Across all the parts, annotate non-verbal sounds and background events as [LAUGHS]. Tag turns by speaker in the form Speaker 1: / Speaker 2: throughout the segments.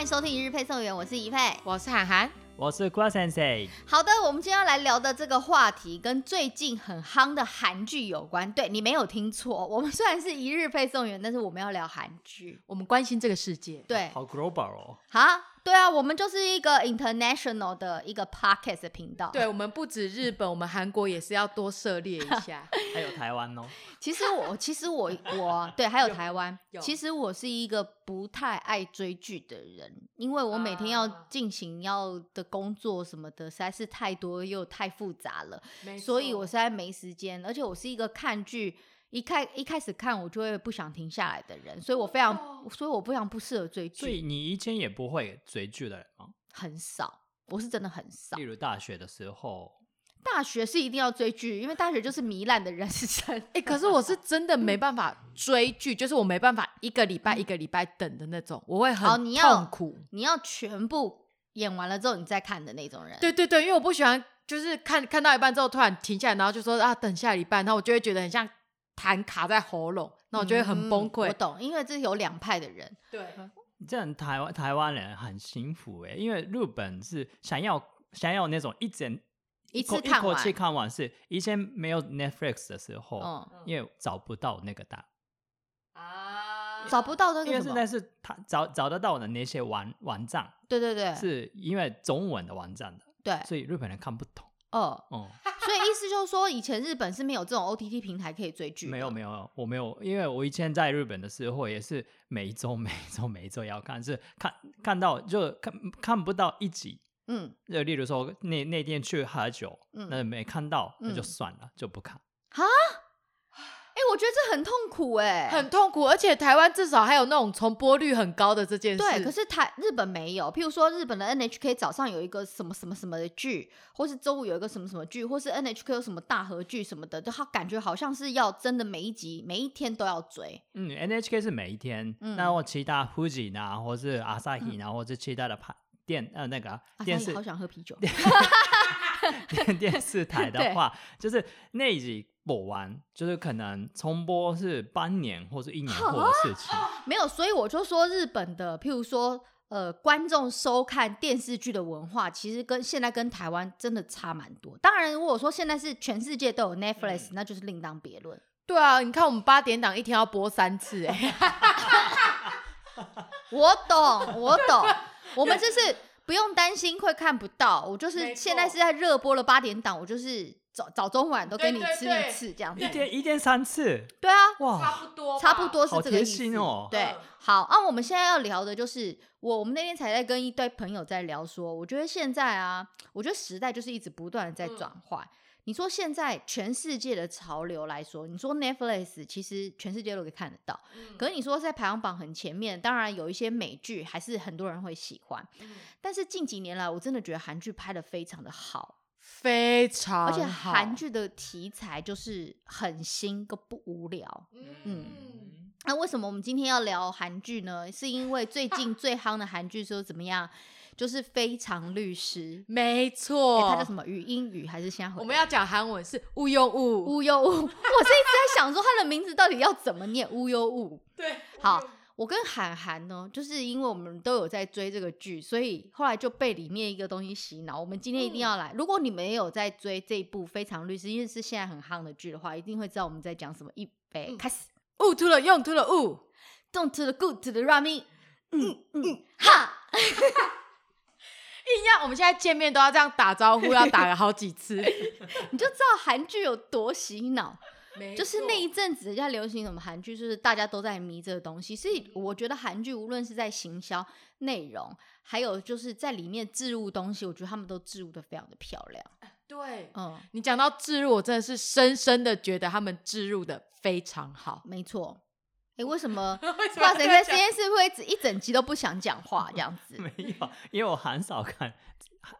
Speaker 1: 迎收听一日配送员，我是怡佩。
Speaker 2: 我是涵涵，
Speaker 3: 我是 Qua Sensei，
Speaker 1: 好的，我们今天要来聊的这个话题跟最近很夯的韩剧有关。对你没有听错，我们虽然是一日配送员，但是我们要聊韩剧。
Speaker 2: 我们关心这个世界。
Speaker 1: 对，
Speaker 3: 好 global 哦，
Speaker 1: 啊，对啊，我们就是一个 international 的一个 podcast 的频道。
Speaker 2: 对，我们不止日本，我们韩国也是要多涉猎一 [LAUGHS] 下。
Speaker 3: 还有台
Speaker 1: [LAUGHS]
Speaker 3: 湾哦，
Speaker 1: 其实我，其实我，我对，还有台湾
Speaker 2: [LAUGHS] 有。
Speaker 1: 其实我是一个不太爱追剧的人，因为我每天要
Speaker 2: 啊
Speaker 1: 进行要的工作什么的，实在是太多又太复杂了，
Speaker 2: 没
Speaker 1: 所以
Speaker 2: 错
Speaker 1: 我实在没时间。而且我是一个看剧一开一开始看我就会不想停下来的人，所以我非常，所以我非常不适合追
Speaker 3: 哦所以
Speaker 1: 剧，
Speaker 3: 你以前也不会追剧的人吗？
Speaker 1: 很少，我是真的很少
Speaker 3: 例。如大学的时候，
Speaker 1: 大学是一定要追剧，因为大学就是糜烂的人 [LAUGHS] 生。
Speaker 2: 哎、可是我是真的没办法追 [LAUGHS] 剧，就是我没办法一个礼拜一个礼拜等的那种，我会
Speaker 1: 好
Speaker 2: 很
Speaker 1: 你要
Speaker 2: 痛苦。
Speaker 1: [LAUGHS] 你要全部演完了之后你再看的那种人。
Speaker 2: 对对对，因为我不喜欢就是看看到一半之后突然停下来，然后就说啊等下礼拜，然后我就会觉得很像痰卡在喉咙，那我就会很崩
Speaker 1: 嗯我
Speaker 2: 溃。
Speaker 1: 懂，因为这有两派的人，
Speaker 2: 对，
Speaker 3: 这样台湾台湾人很幸福诶，因为日本是想要想要那种一整
Speaker 1: 一次
Speaker 3: 口
Speaker 1: 看
Speaker 3: 口
Speaker 1: 完，
Speaker 3: 气看完是，以前没有 Netflix 的时候，
Speaker 1: 嗯，
Speaker 3: 因为找不到那个档，
Speaker 2: 啊
Speaker 1: 嗯找不到那
Speaker 3: 因为
Speaker 1: 个什
Speaker 3: 现
Speaker 1: 么
Speaker 3: 在，是他找找得到的那些网网站，
Speaker 1: 对对对，
Speaker 3: 是因为中文的网站的，
Speaker 1: 对，
Speaker 3: 所以日本人看不懂。
Speaker 1: 哦，
Speaker 3: 哦、
Speaker 1: 所以意思就是说，以前日本是没有这种 OTT 平台可以追剧，
Speaker 3: 没有没有，我没有，因为我以前在日本的时候也是每一周 [LAUGHS] 每一周每一周要看，是看看到就看看不到一集，
Speaker 1: 有，嗯
Speaker 3: 就例如说那那天去喝酒，
Speaker 1: 嗯，哎、
Speaker 3: 那没看到那就
Speaker 1: 嗯
Speaker 3: 算了，就不看。
Speaker 1: 哎我觉得这很痛苦哎、
Speaker 2: 很痛苦，而且台湾至少还有那种重播率很高的这件事。
Speaker 1: 对，可是台日本没有，譬如说日本的 NHK 早上有一个什么什么什么的剧，或是周五有一个什么什么剧，或是 NHK 有什么大合剧什么的，就他感觉好像是要真的每一集每一天都要追，
Speaker 3: 嗯，NHK 是每一天，
Speaker 1: 嗯
Speaker 3: 那我其他 Fuji 啊，或是 Asahi 啊，或是其他的盘电呃那个
Speaker 1: 啊，
Speaker 3: 电
Speaker 1: 所
Speaker 3: 视
Speaker 1: 以好想喝啤酒，
Speaker 3: 电 [LAUGHS] 电视台
Speaker 1: 对
Speaker 3: 的话，就是那一集播完，就是可能重播是半年或是一年后的
Speaker 1: [LAUGHS]
Speaker 3: 事情。
Speaker 1: 没有，所以我就说日本的，譬如说，呃，观众收看电视剧的文化，其实跟现在跟台湾真的差蛮多。当然，如果说现在是全世界
Speaker 3: 嗯
Speaker 1: 都有 Netflix，、那就是另当别论。
Speaker 2: 对啊，你看我们八点档一天要播三次、哎，
Speaker 1: [LAUGHS] 我懂，我懂，我们就是不用担心会看不到，我就
Speaker 2: 没
Speaker 1: 是
Speaker 2: 错
Speaker 1: 现在是在热播了八点档，我就是早早中晚都给你
Speaker 2: 对对
Speaker 1: 吃
Speaker 2: 对
Speaker 1: 一次这样子。
Speaker 3: 一天一天三次，
Speaker 1: 对啊，
Speaker 3: 哇！
Speaker 2: 不多
Speaker 1: 差不。多是
Speaker 3: 好
Speaker 1: 这个意
Speaker 3: 贴
Speaker 1: 思。
Speaker 3: 心哦
Speaker 1: 对
Speaker 2: 嗯，
Speaker 1: 好，啊，我们现在要聊的就是我，我们那天才在跟一堆朋友在聊说，我觉得现在啊，我觉得时代就是一直不断的在转换。
Speaker 2: 嗯
Speaker 1: 你说现在全世界的潮流来说，你说 Netflix 其实全世界都可以看得到，可是你说在排行榜很前面，当然有一些美剧还是很多人会喜欢，但是近几年来，我真的觉得韩剧拍的非常的好，
Speaker 2: 非常啊好，
Speaker 1: 而且韩剧的题材就是很新，个不无聊。
Speaker 2: 嗯，
Speaker 1: 那为什么我们今天要聊韩剧呢？是因为最
Speaker 2: [LAUGHS]
Speaker 1: 近最夯的韩剧说怎么样？就是《非常律师》
Speaker 2: 没
Speaker 1: 诶，
Speaker 2: 错，
Speaker 1: 它叫什么语音语还是现在回
Speaker 2: 哦我们要讲韩文是无用物，
Speaker 1: 乌 [LAUGHS] 忧物？我是一直在想说它的名字到底要怎么念乌忧物。
Speaker 2: 对，
Speaker 1: 好，我跟韩寒呢，就是因为我们都有在追这个剧，所以后来就被里面一个东西洗脑。我们今天一定要来。如果你们也有在追这一部《非常律师》，因为是现在很夯的剧的话，一定会知道我们在讲什么。预备，
Speaker 2: 嗯
Speaker 1: 开始。
Speaker 2: 物突了用突了物，
Speaker 1: Don't to the good to the rummy。嗯嗯，哈。
Speaker 2: 硬要我们现在见面都要这样打招呼，要打了好几 [LAUGHS] 次，
Speaker 1: 你就知道韩剧有多洗脑。就是那一
Speaker 2: 一
Speaker 1: 阵子在流行什么韩剧，就是大家都在迷这个东西，所以我觉得韩剧无论是在行销内容，还有就是在里面置入东西，我觉得他们都置入的非常的漂亮。
Speaker 2: 对。
Speaker 1: 嗯，
Speaker 2: 你讲到置入，我真的是深深的觉得他们置入的非常 [LAUGHS] 好。
Speaker 1: 没错。哎、为什
Speaker 2: [LAUGHS]
Speaker 1: 么
Speaker 2: 为什
Speaker 1: 哇塞，在
Speaker 2: 在
Speaker 1: 今天是会一直一整集都不想讲话这样子？
Speaker 3: [LAUGHS] 没有，因为我很少看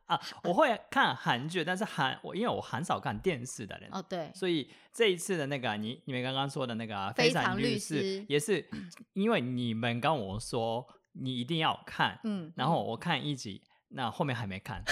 Speaker 3: 啊，我会看韩剧，但是韩我因为我很少看电视的人，
Speaker 1: 哦，对，
Speaker 3: 所以这一次的那个啊你你们刚刚说的那个《啊
Speaker 1: 非常
Speaker 3: 常
Speaker 1: 律
Speaker 3: 师
Speaker 1: 师》
Speaker 3: 也是因为你们跟我说你一定要看，
Speaker 2: [LAUGHS]
Speaker 1: 嗯，
Speaker 3: 然后我看一集，那后面还
Speaker 1: [LAUGHS]
Speaker 3: 没看，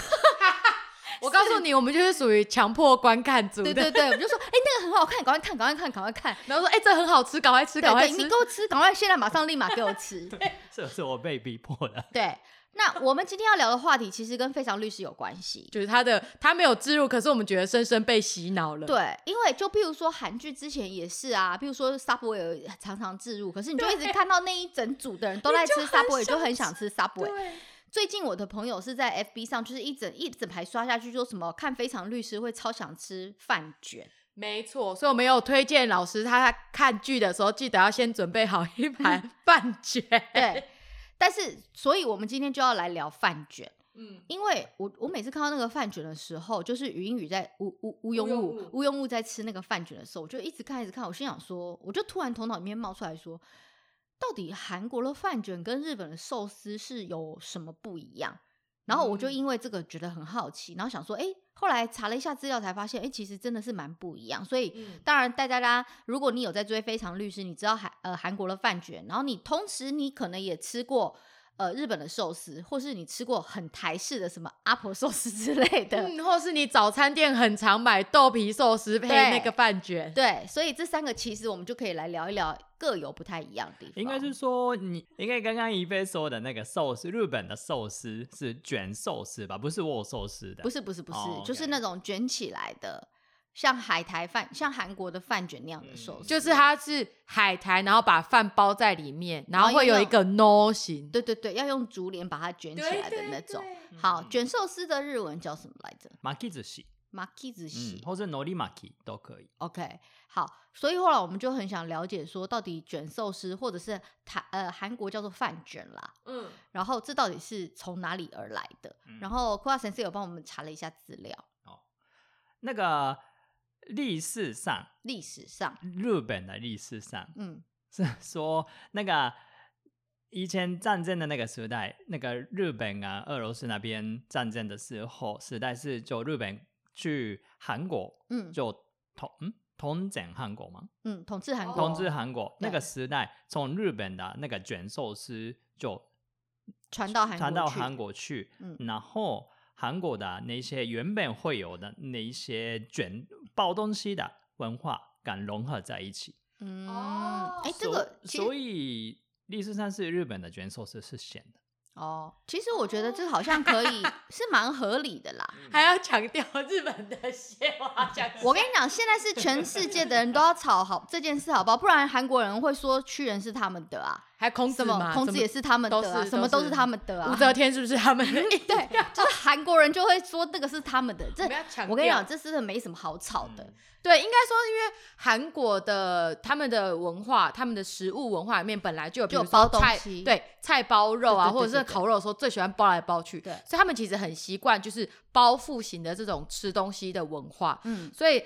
Speaker 2: 我告诉你，我们就是属于强迫观看组的。
Speaker 1: 对对对，我就说，哎、那个很好看，赶快看，赶快看，赶快看，
Speaker 2: 然后说，哎、这很好吃，赶快吃，
Speaker 1: 对
Speaker 2: 赶快
Speaker 1: 对，
Speaker 2: 吃。 [LAUGHS]
Speaker 1: 你给我吃，赶快现在马上立马给我吃。 [LAUGHS]
Speaker 3: 是是我被逼迫的。
Speaker 1: 对，那我们今天要聊的话题其实跟《非常律师》有关
Speaker 2: [LAUGHS]
Speaker 1: 系。
Speaker 2: 就是他的他没有置入，可是我们觉得深深被洗脑了。，
Speaker 1: 对，因为就譬如说韩剧之前也是啊，譬如说 Subway 常常置入，可是你就一直看到那一整组的人都
Speaker 2: 你
Speaker 1: 在
Speaker 2: 就
Speaker 1: 吃
Speaker 2: 很
Speaker 1: Subway，就
Speaker 2: 想
Speaker 1: 很
Speaker 2: 吃
Speaker 1: 想吃 Subway。
Speaker 2: 对，
Speaker 1: 最近我的朋友是在 FB 上，就是一整一整排刷下去，说什么看《非常律师》会超想吃饭卷，
Speaker 2: 没错。所以我们有推荐老师，他在看剧的时候记得要先准备好一
Speaker 1: [LAUGHS]
Speaker 2: 盘饭卷。
Speaker 1: 对。但是，所以我们今天就要来聊饭卷，
Speaker 2: 嗯，
Speaker 1: 因为我我每次看到那个饭卷的时候，就是语音语在吴吴吴庸
Speaker 2: 庸
Speaker 1: 武
Speaker 2: 武
Speaker 1: 吴庸武在吃那个饭卷的时候，我就一直看一直看，我心想说，我就突然头脑里面冒出来说，到底韩国的饭卷跟日本的寿司是有什么不一样？然后我就
Speaker 2: 嗯
Speaker 1: 因为这个觉得很好奇，然后想说，哎，后来查了一下资料才发现，哎，其实真的是蛮不一样。所以，
Speaker 2: 嗯
Speaker 1: 当然带大家，如果你有在追《非常律师》，你知道韩呃韩国的饭卷，然后你同时你可能也吃过呃日本的寿司，或是你吃过很台式的什么阿婆寿司之类的，
Speaker 2: 嗯，或是你早餐店很常买豆皮寿司配
Speaker 1: 对
Speaker 2: 那个饭卷，
Speaker 1: 对，所以这三个其实我们就可以来聊一聊各有不太一样的地方。
Speaker 3: 应该是说你，应该刚刚一菲说的那个寿司，日本的寿司是卷寿司吧？不是握寿司的，
Speaker 1: 不是不是不是，
Speaker 3: 哦
Speaker 1: 就是
Speaker 3: ，OK
Speaker 1: 那种卷起来的，像海苔饭，像韩国的饭卷那样的
Speaker 3: 嗯
Speaker 1: 寿司，
Speaker 2: 就是它是海苔，然后把饭包在里面，然
Speaker 1: 后
Speaker 2: 后会
Speaker 1: 用
Speaker 2: 有一
Speaker 1: 那
Speaker 2: 个 no 型，
Speaker 1: 对对对，要用竹帘把它卷起来的那种。好，
Speaker 3: 嗯
Speaker 1: 卷寿司的日文叫什么来着
Speaker 3: 马吉子西，
Speaker 1: m a k i z
Speaker 3: 嗯
Speaker 1: u，
Speaker 3: 或者诺里马吉都可以。
Speaker 1: OK，好，所以后来我们就很想了解说，到底卷寿司或者是台呃韩国叫做饭卷啦，
Speaker 2: 嗯，
Speaker 1: 然后这到底是从哪里而来的？
Speaker 3: 嗯
Speaker 1: 然后 k u a 先生有帮我们查了一下资料，
Speaker 3: 那个历史上，
Speaker 1: 历史上，
Speaker 3: 日本的历史上
Speaker 1: 嗯，
Speaker 3: 是说那个以前战争的那个时代，那个日本啊、俄罗斯那边战争的时候，时代是就日本去韩国，
Speaker 1: 嗯
Speaker 3: 就统嗯统整韩国吗？
Speaker 1: 嗯，统治韩国，
Speaker 3: 统治韩国那
Speaker 1: 对
Speaker 3: 个时代，从日本的那个卷寿司就
Speaker 1: 传到韩
Speaker 3: 传
Speaker 1: 国
Speaker 3: 到
Speaker 1: 去
Speaker 3: 韩国去，
Speaker 1: 嗯
Speaker 3: 然后韩国的那些原本会有的那一些卷包东西的文化感融合在一起。
Speaker 1: 嗯，
Speaker 2: 哦
Speaker 1: 哎、这
Speaker 3: 所
Speaker 1: 个其
Speaker 3: 所
Speaker 1: 实
Speaker 3: 以历史上是日本的卷寿司是咸的，
Speaker 1: 哦，其实我觉得这好像可以，
Speaker 3: [LAUGHS]
Speaker 1: 是蛮合理的啦。
Speaker 2: 还要强调日本的蟹，我好想
Speaker 1: 我跟你讲，现在是全世界的人都要吵好这件事，好不好？不然韩国人会说屈原是他们的啊，
Speaker 2: 还孔子
Speaker 1: 什么
Speaker 2: 吗？
Speaker 1: 孔子也是他们的、
Speaker 2: 都
Speaker 1: 啊，
Speaker 2: 是
Speaker 1: 什么
Speaker 2: 都
Speaker 1: 都是
Speaker 2: 是
Speaker 1: 他们的啊。
Speaker 2: 武则天是不是
Speaker 1: [LAUGHS]
Speaker 2: 他们？ [LAUGHS] 对，
Speaker 1: 就是韩国人就会说那个是他们的，这
Speaker 2: 我们要强调
Speaker 1: 我跟你讲，这是没什么好吵的。
Speaker 2: 对，应该说，因为韩国的他们的文化、他们的食物文化里面本来就有，比
Speaker 1: 就有
Speaker 2: 如说
Speaker 1: 包东
Speaker 2: 菜
Speaker 1: 西
Speaker 2: 对，菜包肉啊，
Speaker 1: 对对对
Speaker 2: 或者是
Speaker 1: 对对
Speaker 2: 烤肉的时候最喜欢包来包去，
Speaker 1: 对
Speaker 2: 所以他们其实很习惯就是包覆型的这种吃东西的文化，
Speaker 1: 嗯，
Speaker 2: 所以。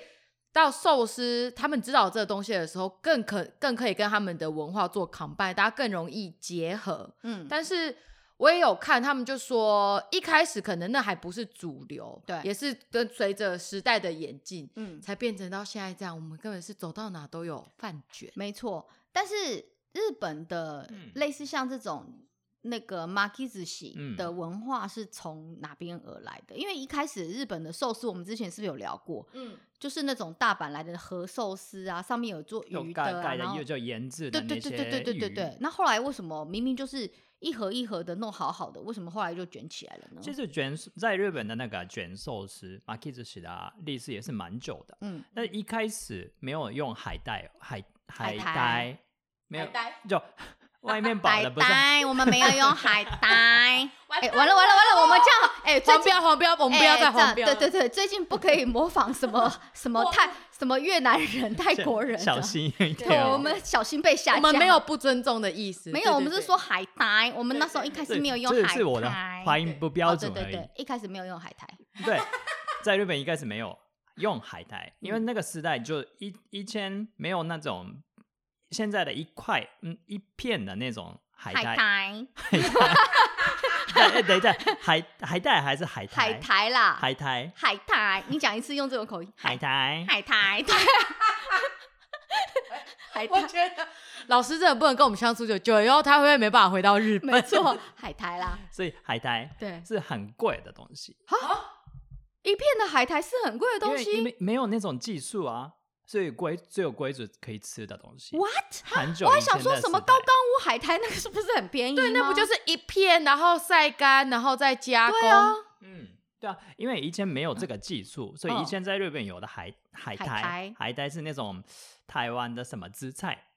Speaker 2: 到寿司，他们知道这个东西的时候，更可更可以跟他们的文化做 combine，大家更容易结合。
Speaker 1: 嗯，
Speaker 2: 但是我也有看，他们就说一开始可能那还不是主流，
Speaker 1: 对
Speaker 2: 也是跟随着时代的演进，
Speaker 1: 嗯，
Speaker 2: 才变成到现在这样。我们根本是走到哪都有饭卷，
Speaker 1: 没错。但是日本的
Speaker 3: 嗯
Speaker 1: 类似像这种那个 makizushi
Speaker 3: 嗯
Speaker 1: 的文化是从哪边而来的？因为一开始日本的寿司，我们之前是不是有聊过？
Speaker 2: 嗯，
Speaker 1: 就是那种大阪来的和寿司啊，上面有做
Speaker 3: 又
Speaker 1: 鱼的、
Speaker 3: 盖
Speaker 1: 啊，
Speaker 3: 盖的
Speaker 1: 然后
Speaker 3: 又就腌制的
Speaker 1: 对
Speaker 3: 那
Speaker 1: 对
Speaker 3: 些
Speaker 1: 对对对对对
Speaker 3: 鱼
Speaker 1: 对。那后来为什么明明就是一盒一盒的弄好好的，为什么后来就卷起来了呢？
Speaker 3: 其实卷在日本的那个卷寿司 m a k i z u s h i 的啊历史也是蛮久的。
Speaker 1: 嗯，
Speaker 3: 那一开始没有用海带海
Speaker 1: 海苔
Speaker 3: 苔，没有
Speaker 2: 呆，
Speaker 3: 就 [LAUGHS] 外面绑
Speaker 1: 海
Speaker 3: 的不是
Speaker 1: 带，我们没有用海带。
Speaker 3: [LAUGHS]
Speaker 2: 完
Speaker 1: 哎、完了完了完了，我们这样哎、最
Speaker 2: 黄
Speaker 1: 近
Speaker 2: 标黄标，我们不要
Speaker 1: 哎
Speaker 2: 再
Speaker 1: 这样
Speaker 2: 黄标了、
Speaker 1: 对对对，最近不可以模仿什
Speaker 3: [LAUGHS]
Speaker 1: 么什么泰什么越南人、 [LAUGHS] 泰国人的，
Speaker 3: 小心一
Speaker 1: 对，
Speaker 3: 点
Speaker 1: 我
Speaker 3: 哦。
Speaker 1: 们小心被下架。
Speaker 2: 我们没有不尊重的意思，
Speaker 1: 没
Speaker 2: 对
Speaker 1: 有，我们是，说
Speaker 2: 对对
Speaker 1: 海苔，我们那时候一开
Speaker 3: 这
Speaker 1: 始没有用
Speaker 3: 这
Speaker 1: 海苔，
Speaker 3: 是我的发音不标
Speaker 1: 哦，对
Speaker 3: 准
Speaker 1: 对
Speaker 3: 而已。
Speaker 1: 对，一开始没有用海苔，
Speaker 3: 对，在日本一开始没有用海苔，
Speaker 1: 嗯
Speaker 3: 因为那个时代就一以前没有那种现在的一块嗯一片的那种海
Speaker 1: 海
Speaker 3: 苔。
Speaker 1: 苔
Speaker 3: 对等一下，海海带还是海苔？
Speaker 1: 海苔啦，
Speaker 3: 海苔
Speaker 1: 海苔，你讲一次用这种口音，
Speaker 3: 海苔
Speaker 1: 海苔，
Speaker 3: [LAUGHS]
Speaker 1: 对，海
Speaker 2: 我
Speaker 1: 苔，
Speaker 2: 觉得老师真的不能跟我们相处久久，以后他会不会没办法回到日本？
Speaker 1: 没错，
Speaker 3: [LAUGHS]
Speaker 1: 海苔啦，
Speaker 3: 所以海苔
Speaker 1: 对，
Speaker 3: 是很贵的东西，
Speaker 1: 一片的海苔是很贵的
Speaker 3: 因
Speaker 1: 东
Speaker 3: 为因
Speaker 1: 西，
Speaker 3: 为没有那种技术啊，所以龟只有龟子可以吃的东西。
Speaker 1: What？
Speaker 3: 很久
Speaker 1: 我还
Speaker 3: 以
Speaker 1: 想
Speaker 3: 前
Speaker 1: 说
Speaker 3: 的
Speaker 1: 什
Speaker 3: 时
Speaker 1: 么
Speaker 3: 代
Speaker 1: 高冈屋海苔，那个是不是很便宜啊吗？
Speaker 2: 对，那不就是一片，然后晒干，然后再加工？
Speaker 1: 对啊？
Speaker 3: 嗯，对啊，因为以前没有这个技术，所以以前在日本有的海海苔，
Speaker 1: 嗯海苔
Speaker 3: 是那种台湾的什么紫菜，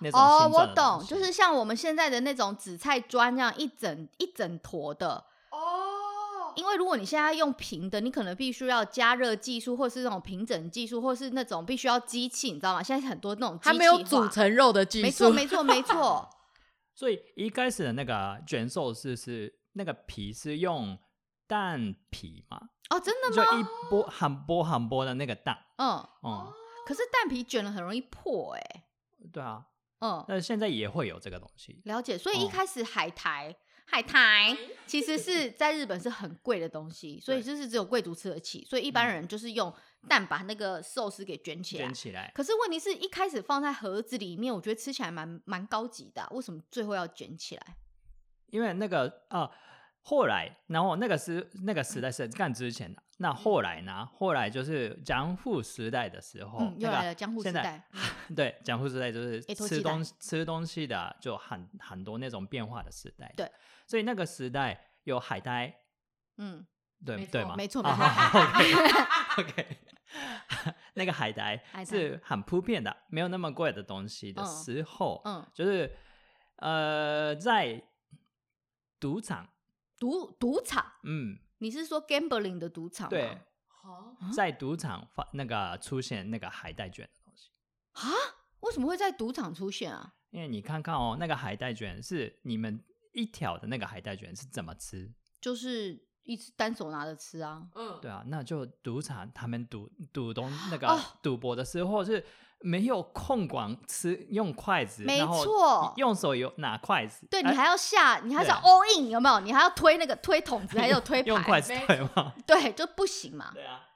Speaker 3: 那种
Speaker 1: 哦，
Speaker 3: 形
Speaker 1: 我
Speaker 3: 状的东
Speaker 1: 懂，
Speaker 3: 西
Speaker 1: 就是像我们现在的那种紫菜砖那样一整一整坨的。
Speaker 2: 哦，
Speaker 1: 因为如果你现在用平的，你可能必须要加热技术，或是那种平整技术，或是那种必须要机器，你知道吗？现在很多那种机器
Speaker 2: 它没有
Speaker 1: 化
Speaker 2: 煮，成肉的技术，
Speaker 1: 没错，没错，没错。
Speaker 3: 所以一开始的那个卷寿司是那个皮是用蛋皮嘛，
Speaker 1: 哦，真的
Speaker 3: [LAUGHS] 就
Speaker 1: 吗？
Speaker 3: 一波很波很波的那个蛋，
Speaker 1: 嗯，
Speaker 3: 嗯，
Speaker 1: 可是蛋皮卷了很容易破、欸，哎，
Speaker 3: 对啊，
Speaker 1: 嗯，
Speaker 3: 那现在也会有这个东西，
Speaker 1: 了解。所以一
Speaker 3: 哦
Speaker 1: 开始海苔、海苔其实是在日本是很贵的东西，所以
Speaker 3: 对嗯
Speaker 1: 就是只有贵族吃得起，所以一般人就是用蛋把那个寿司给卷起来
Speaker 3: 卷。起来，
Speaker 1: 可是问题是一开始放在盒子里面，我觉得吃起来蛮蛮高级的啊、为什么最后要卷起来？
Speaker 3: 因为那个啊、呃后来，然后那个时那个时代是干之前的，那后来呢？后来就是江户时代的时候，
Speaker 1: 嗯，又
Speaker 3: 哦那个
Speaker 1: 来了江户时
Speaker 3: 现在
Speaker 1: 代，
Speaker 3: 对，江户时代就是
Speaker 1: 诶脱
Speaker 3: 吃
Speaker 1: 鸡蛋
Speaker 3: 东吃东西的，就很很多那种变化的时代。
Speaker 1: 对，
Speaker 3: 所以那个时代有海苔，
Speaker 1: 嗯，
Speaker 3: 对
Speaker 2: 没
Speaker 3: 对
Speaker 2: 错
Speaker 3: 吗？
Speaker 1: 没错没
Speaker 3: 错。OK，OK
Speaker 1: [LAUGHS]
Speaker 3: [LAUGHS] 那个海苔
Speaker 1: 海苔
Speaker 3: 是很普遍的，没有那么贵的东西的
Speaker 1: 嗯
Speaker 3: 时候，
Speaker 1: 嗯，
Speaker 3: 就是呃，在赌场，
Speaker 1: 赌赌场，
Speaker 3: 嗯，
Speaker 1: 你是说 gambling 的赌场吗？
Speaker 3: 对，
Speaker 2: 哦
Speaker 3: 在赌场发那个出现那个海带卷的东西。
Speaker 1: 啊，为什么会在赌场出现啊？
Speaker 3: 因为你看看哦，那个海带卷是你们一条的那个海带卷是怎么吃？
Speaker 1: 就是一直单手拿着吃啊，
Speaker 2: 嗯，
Speaker 3: 对啊，那就赌场他们赌赌东那个
Speaker 1: 哦
Speaker 3: 赌博的时候是没有空管吃用筷子，
Speaker 1: 没
Speaker 3: 然后
Speaker 1: 错
Speaker 3: 用手有拿筷子，
Speaker 1: 对你
Speaker 3: 哎
Speaker 1: 还要下，你还是要
Speaker 3: 对啊
Speaker 1: all in 有没有？你还要推那个推筒
Speaker 3: [LAUGHS]
Speaker 1: 子，还有推
Speaker 3: 用
Speaker 1: 牌，
Speaker 3: 筷子
Speaker 2: 没
Speaker 3: 对吗？
Speaker 1: 对，就不行嘛。
Speaker 3: 对啊，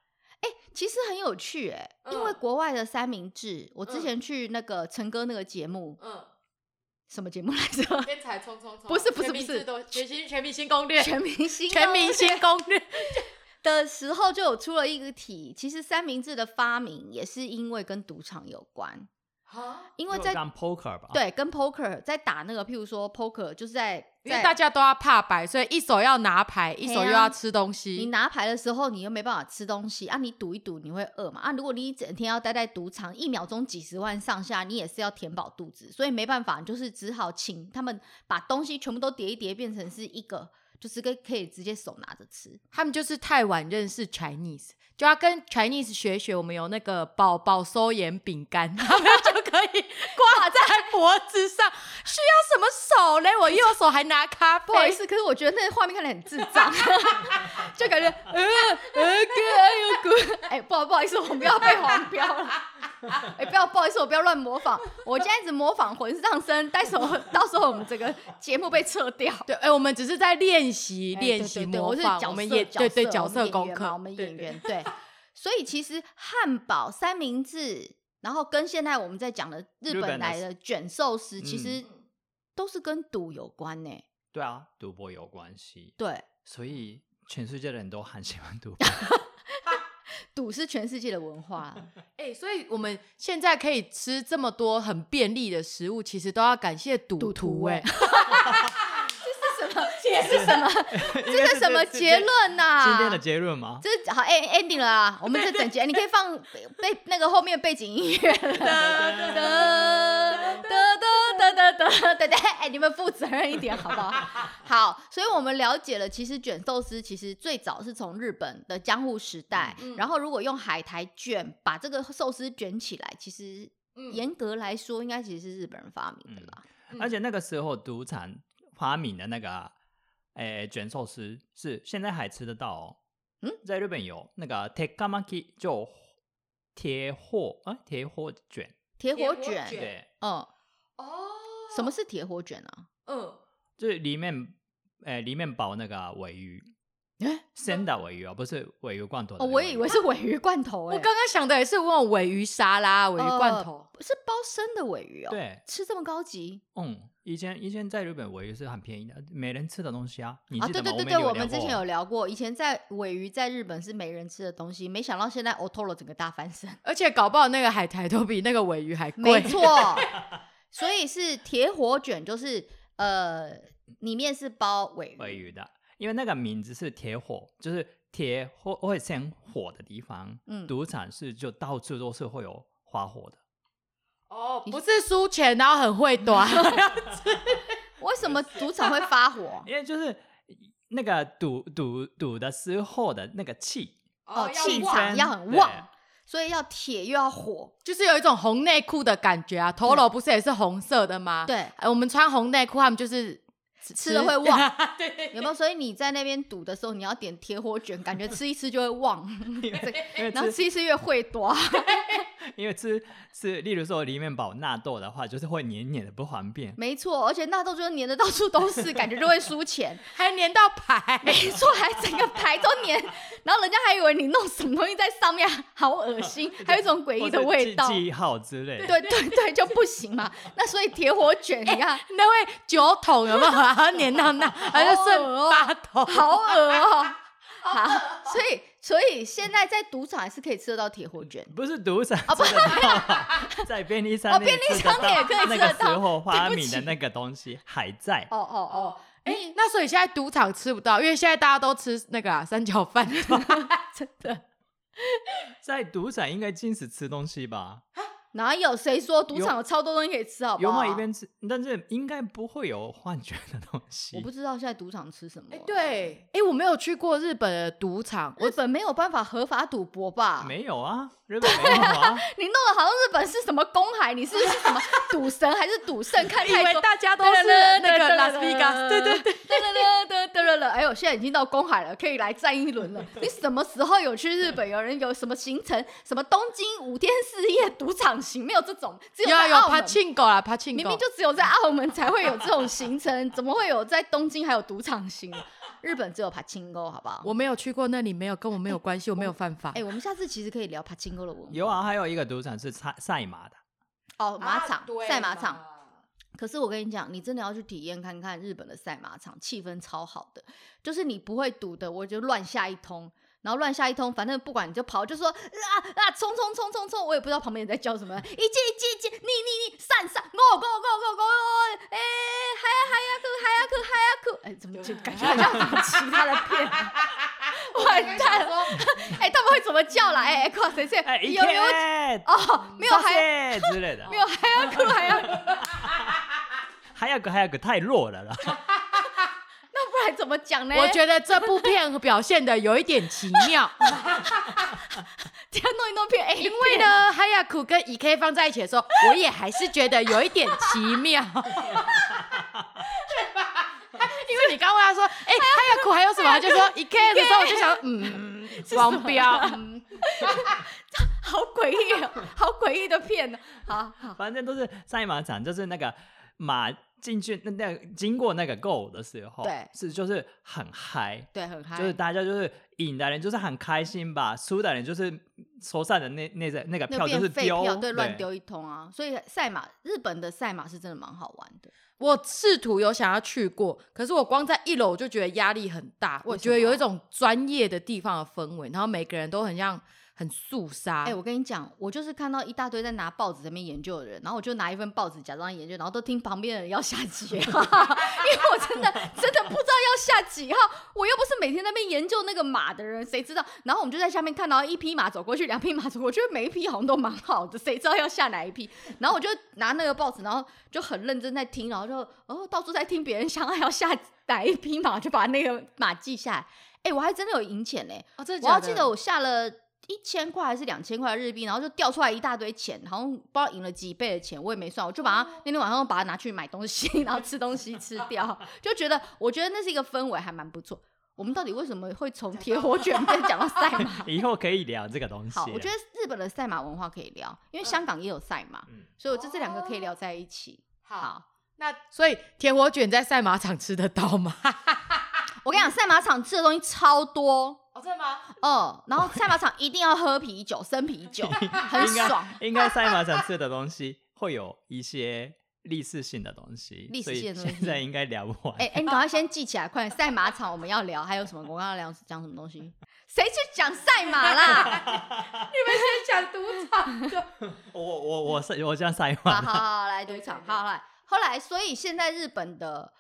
Speaker 1: 其实很有趣哎、因为
Speaker 2: 嗯
Speaker 1: 国外的三明治，我之
Speaker 2: 嗯
Speaker 1: 前去那个陈哥那个节目，
Speaker 2: 嗯，
Speaker 1: 什么节目来着？
Speaker 2: 天才冲冲冲，
Speaker 1: 不是不是
Speaker 2: 全
Speaker 1: 不
Speaker 2: 民
Speaker 1: 是
Speaker 2: 制度全新全明星攻略，
Speaker 1: 全明星
Speaker 2: 全明星攻略， [LAUGHS]
Speaker 1: 的时候就有出了一个题，其实三明治的发明也是因为跟赌场有关，
Speaker 2: 啊
Speaker 1: 因
Speaker 3: 因
Speaker 1: 为在
Speaker 3: 当 poker 吧，，
Speaker 1: 对跟 poker 在打那个，譬如说 poker 就是在
Speaker 2: 因为大
Speaker 1: 在
Speaker 2: 家都要怕白，所以一手要拿牌，一手又要吃
Speaker 1: 啊
Speaker 2: 东
Speaker 1: 你
Speaker 2: 西。
Speaker 1: 拿牌的时候，你又没办法吃东西啊，你赌一赌你会饿嘛啊，如果你一整天要待在赌场，一秒钟几十万上下，你也是要填饱肚子，所以没办法，你就是只好请他们把东西全部都叠一叠，变成是一个。就是跟可以直接手拿着吃，
Speaker 2: 他们就是太晚认识 Chinese，就要跟 Chinese 学学。我们有那个宝宝收盐饼干， [LAUGHS] 他们就可以挂在脖子上。需要什么手嘞？我右手还拿咖啡。
Speaker 1: 不好意，思，可是我觉得那个画面看起来很智障，就感觉
Speaker 2: 呃呃哥，哎呦哥，
Speaker 1: 哎、不好不好意思，我们不要被黄标了。哎、不要不好意思，我不要乱模仿。我现在只模仿魂上身，但是我 [LAUGHS] 到时候我们这个节目被撤掉。
Speaker 2: 对，哎，我们只是在练习
Speaker 1: 哎
Speaker 2: 练习
Speaker 1: 对对对
Speaker 2: 模
Speaker 1: 我是
Speaker 2: 仿，
Speaker 1: 角
Speaker 2: 我们
Speaker 1: 色
Speaker 2: 也
Speaker 1: 角
Speaker 2: 对对
Speaker 1: 色
Speaker 2: 角
Speaker 1: 我们
Speaker 2: 色
Speaker 1: 演
Speaker 2: 功
Speaker 1: 员
Speaker 2: 课
Speaker 1: 嘛，我们
Speaker 2: 对
Speaker 1: 演
Speaker 2: 对
Speaker 1: 员对。所以其实汉堡、三明治，然后跟现在我们在讲的日
Speaker 3: 日
Speaker 1: 本
Speaker 3: 本的
Speaker 1: 来的卷寿司，其
Speaker 3: 嗯
Speaker 1: 实都是跟赌有关呢、
Speaker 3: 对啊，赌博有关系，
Speaker 1: 对，
Speaker 3: 所以全世界的人都很喜欢赌博，
Speaker 1: 赌是全世界的文化啊。
Speaker 2: 哎、所以我们现在可以吃这么多很便利的食物，其实都要感谢赌
Speaker 1: 赌徒
Speaker 2: 徒哎、
Speaker 1: 欸 [LAUGHS] 这是什么？这是什么？[LAUGHS]
Speaker 3: 这
Speaker 1: 这是什么结？论呐、
Speaker 3: 今天的结论吗？
Speaker 1: 这好 end ending 了啊！我们这整集你可以放背那个后面背景音乐了，哒哒哒哒哒哒哒哒， [LAUGHS] 哎，你们负责任一点好 [LAUGHS] 不好？好，所以我们了解了，其实卷寿司其实最早是从日本的江户时代，
Speaker 2: 嗯
Speaker 1: 然后如果用海苔卷把这个寿司卷起来，其实
Speaker 2: 嗯
Speaker 1: 严格来说应该其实是日本人发明的啦。
Speaker 3: 而且那个时候赌场发明的那个，啊诶，卷寿司是现在还吃得到哦。
Speaker 1: 嗯，
Speaker 3: 在日本有那个 tekamaki 就铁火啊，铁火卷，
Speaker 1: 铁火
Speaker 2: 铁火
Speaker 1: 卷，
Speaker 2: 卷
Speaker 3: 对，
Speaker 1: 嗯，
Speaker 2: 哦，
Speaker 1: 什么是铁火卷啊？
Speaker 2: 嗯，
Speaker 3: 啊就是里面，诶，里面包那个尾鱼，
Speaker 1: 哎，
Speaker 3: 生的尾鱼哦，不是尾鱼罐头的
Speaker 1: 哦，
Speaker 3: 那个
Speaker 1: 我
Speaker 3: 尾鱼。
Speaker 1: 以为是尾鱼罐头、
Speaker 2: 我
Speaker 1: 欸，
Speaker 2: 刚刚想的也是那种尾鱼沙拉、尾鱼罐头，
Speaker 1: 是包生的尾鱼哦，，
Speaker 3: 对，
Speaker 1: 吃这么高级
Speaker 3: 嗯，以前以前在日本尾鱼是很便宜的，没人吃的东西啊。你
Speaker 1: 啊？
Speaker 3: 记
Speaker 1: 对
Speaker 3: 得吗？
Speaker 1: 对对
Speaker 3: 们
Speaker 1: 对，我
Speaker 3: 聊
Speaker 1: 们之
Speaker 3: 过哦
Speaker 1: 前有聊过，以前在尾鱼在日本是没人吃的东西，没想到现在 Otoro 整个大翻身，
Speaker 3: [LAUGHS]
Speaker 2: 而且搞不好那个海苔都比那个尾鱼还贵。
Speaker 1: 没错，所以是铁火卷，就是呃，里面是包尾鱼，
Speaker 3: 尾鱼的，因为那个名字是铁火，就是铁或会生火的地方。
Speaker 1: 嗯
Speaker 3: 赌场是就到处都是会有花火的。
Speaker 2: [LAUGHS] 哦，不是输钱，然后很
Speaker 1: [LAUGHS]
Speaker 2: 会端。
Speaker 1: 为什么赌场会发火
Speaker 3: [LAUGHS] ？因为就是那个赌赌赌的时候的那个气，
Speaker 1: 哦
Speaker 2: 要
Speaker 1: 气
Speaker 2: 旺
Speaker 1: 场
Speaker 3: 声
Speaker 1: 要很
Speaker 3: 对
Speaker 1: 旺，所以要铁又要火，
Speaker 2: 就是有一种红内裤的感觉啊。头楼不是也是红色的
Speaker 3: 啊
Speaker 2: 吗？
Speaker 1: 对，
Speaker 2: 呃，我们穿红内裤，他们就是吃
Speaker 1: 吃了会旺。
Speaker 3: [LAUGHS]
Speaker 2: 对对
Speaker 1: 有没有？所以你在那边赌的时候，你要点铁火卷，感觉吃一吃就会
Speaker 3: [LAUGHS]
Speaker 1: 旺，
Speaker 3: 因为
Speaker 1: 然后
Speaker 3: 吃
Speaker 1: 吃一吃越会多。啊
Speaker 3: 因为吃是，例如说里面包纳豆的话，就是会黏黏的不方便。
Speaker 1: 没错，而且纳豆就粘的到处都是，感觉就会输钱。
Speaker 2: [LAUGHS] 还粘到牌。
Speaker 1: 没错，还整个牌都粘，然后人家还以为你弄什么东西在上面，好恶心，还有一种诡异的
Speaker 3: 或者
Speaker 1: 味
Speaker 3: 记
Speaker 1: 道。
Speaker 3: 记号之类的。
Speaker 1: 对对对，就不行嘛。那所以铁火卷，你看，
Speaker 2: 那位酒桶有没有？然后粘
Speaker 1: [LAUGHS]
Speaker 2: 到那，然
Speaker 1: 好恶
Speaker 2: 后就剩
Speaker 1: 哦
Speaker 2: 八桶。
Speaker 1: 好恶哦、好，所以所以现在在赌场还是可以吃得到铁火卷。
Speaker 3: 不是赌场吃得
Speaker 1: [LAUGHS]
Speaker 3: 到，啊在便利商
Speaker 1: 哦便
Speaker 3: 店
Speaker 1: 利
Speaker 3: 吃
Speaker 1: 商
Speaker 3: 得
Speaker 1: 店也可以
Speaker 3: 那
Speaker 1: 吃得
Speaker 3: 个时
Speaker 1: 到
Speaker 3: 候发
Speaker 1: 对不
Speaker 3: 明的
Speaker 1: 起
Speaker 3: 那个东西还在。
Speaker 1: 哦哦哦，
Speaker 2: 哎、那所以现在赌场吃不到，因为现在大家都吃那个、啊、三
Speaker 1: [LAUGHS]
Speaker 2: 角饭。
Speaker 1: 真的
Speaker 3: 在赌场应该禁止吃东西吧？
Speaker 1: 哪有谁说赌场有超多东西可以吃？好不
Speaker 3: 有
Speaker 1: 好？
Speaker 3: 嘛一边吃，但是应该不会有幻觉的东西。
Speaker 1: 我不知道现在赌场吃什么。
Speaker 2: 哎、对，哎、我没有去过日本的赌场，
Speaker 1: 日本没有办法合法赌博吧？
Speaker 3: 没有啊，日本没有啊，
Speaker 1: 你弄得好像日本是什么公海，你是不是什么赌神还是赌圣？看
Speaker 2: 以
Speaker 1: 太
Speaker 2: 为
Speaker 1: 多。
Speaker 2: 大家都是那个拉斯维加斯。对对
Speaker 1: 对对对对对，哎呦，现在已经到公海了，可以来站一轮了。你什么时候有去日本？有人有什么行程？什么东京五天四夜赌场行？没有这种，只
Speaker 2: 有啊
Speaker 1: 在
Speaker 2: 有
Speaker 1: 澳
Speaker 2: 爬
Speaker 1: 门。
Speaker 2: 庆狗啦，爬庆狗，
Speaker 1: 明明就只有在澳门才会有这种行程，怎么会有在东京还有赌场行？日本只有爬青沟，好不好？
Speaker 2: 我没有去过那里，没有跟我没有关系，我没有犯法。
Speaker 1: 哎、我们下次其实可以聊爬青沟的文化。
Speaker 3: 有啊，还有一个赌场是赛赛马的，
Speaker 1: 哦，马场、赛马场，
Speaker 2: 场，
Speaker 1: 可是我跟你讲，你真的要去体验看看日本的赛马场，气氛超好的，就是你不会赌的，我就乱下一通，然后乱下一通，反正不管你就跑，就说啊啊，冲冲冲冲冲，我也不知道旁边人在叫什么，一记一记一记，你你你，闪闪，我 go go go go go，哎，嗨呀嗨呀酷嗨呀酷嗨呀酷，哎，怎么就感觉好像什么其他的片？完蛋了！哎、他们会怎么叫啦？哎、哎，靠，谁谁
Speaker 3: 哎，一
Speaker 1: 有没有？
Speaker 3: 天
Speaker 1: 哦，没有
Speaker 3: 发
Speaker 1: 还
Speaker 3: 现之类的
Speaker 1: 没，有还要哭还要哭
Speaker 3: 还有个还有个太弱了啦，
Speaker 1: 那不然怎么讲呢？
Speaker 2: 我觉得这部片表现的有一点奇妙，
Speaker 1: [LAUGHS] 这样弄一弄片，哎、
Speaker 2: 因为呢，哈雅库跟 E K 放在一起的时候，我也还是觉得有一点奇妙，对吧？因为你刚问他说，哎、哈雅库还有什么？他就说 E K 的时候，我就想，嗯，王标，
Speaker 1: [LAUGHS]
Speaker 2: 嗯，
Speaker 1: 好诡异 [LAUGHS] 哦，好诡异的片哦。好好，
Speaker 3: 反正都是赛马场，就是那个马进去那那经过那个 go 的时候，
Speaker 1: 对
Speaker 3: 是就是很嗨，
Speaker 1: 对，很嗨，
Speaker 3: 就是大家就是赢的人就是很开心吧，输的人就是手上的那那个那个
Speaker 1: 那
Speaker 3: 票就
Speaker 1: 变
Speaker 3: 是
Speaker 1: 废
Speaker 3: 丢，
Speaker 1: 票，对，乱丢一通啊。所以赛马，日本的赛马是真的蛮好玩的。
Speaker 2: 我试图有想要去过，可是我光在一楼我就觉得压力很大，我觉得有一种专业的地方的氛围，然后每个人都很像很肃杀，
Speaker 1: 哎、我跟你讲，我就是看到一大堆在拿报纸在那边研究的人，然后我就拿一份报纸假装研究，然后都听旁边的人要下几号， [LAUGHS] 因为我真的真的不知道要下几号，我又不是每天在那边研究那个马的人，谁知道？然后我们就在下面看到一匹马走过去，两匹马走过去，我觉得每一匹好像都蛮好的，谁知道要下哪一匹？然后我就拿那个报纸，然后就很认真在听，然后就哦到处在听别人想要下哪一匹马，就把那个马记下来。哎、我还真的有赢钱嘞、
Speaker 2: 哦，真的
Speaker 1: 我
Speaker 2: 假
Speaker 1: 要
Speaker 2: 的
Speaker 1: 记得我下了一千块还是两千块日币，然后就掉出来一大堆钱，好像不知道赢了几倍的钱，我也没算，我就把
Speaker 2: 哦
Speaker 1: 它那天晚上把它拿去买东西， [LAUGHS] 然后吃东西吃掉，就觉得我觉得那是一个氛围，还蛮不错。我们到底为什么会从铁火卷变讲到赛
Speaker 2: [LAUGHS]
Speaker 1: 马？
Speaker 3: 以后可以聊这个东西。
Speaker 1: 好，我觉得日本的赛马文化可以聊，因为香港也有赛马，
Speaker 3: 嗯
Speaker 1: 所以我觉得这两个可以聊在一起。
Speaker 2: 哦好
Speaker 1: 好，
Speaker 2: 那所以铁火卷在赛马场吃得到吗？
Speaker 1: 我跟你讲，赛马场吃的东西超多，
Speaker 2: 嗯哦，真的吗？
Speaker 1: 嗯，然后赛马场一定要喝啤酒，生啤
Speaker 2: [LAUGHS]
Speaker 1: 酒很
Speaker 3: 应该
Speaker 1: 爽。
Speaker 3: 应该赛马场吃的东西会有一些历史性的东西，
Speaker 1: 历史
Speaker 3: 所以
Speaker 1: 性的东
Speaker 3: 现在应该聊不完。
Speaker 1: 哎、哎、你赶快先记起来，快点！赛马场我们要聊，还有什么？我刚刚聊讲什么东西？谁去讲赛马啦？
Speaker 2: 讲赌场的，
Speaker 3: 我我我是我叫赛
Speaker 1: 嗯好
Speaker 3: 马
Speaker 1: 好
Speaker 3: 场，
Speaker 1: 好，来赌
Speaker 2: 对
Speaker 1: 场
Speaker 2: 对，对
Speaker 1: 好来。后来，所以现在日本的，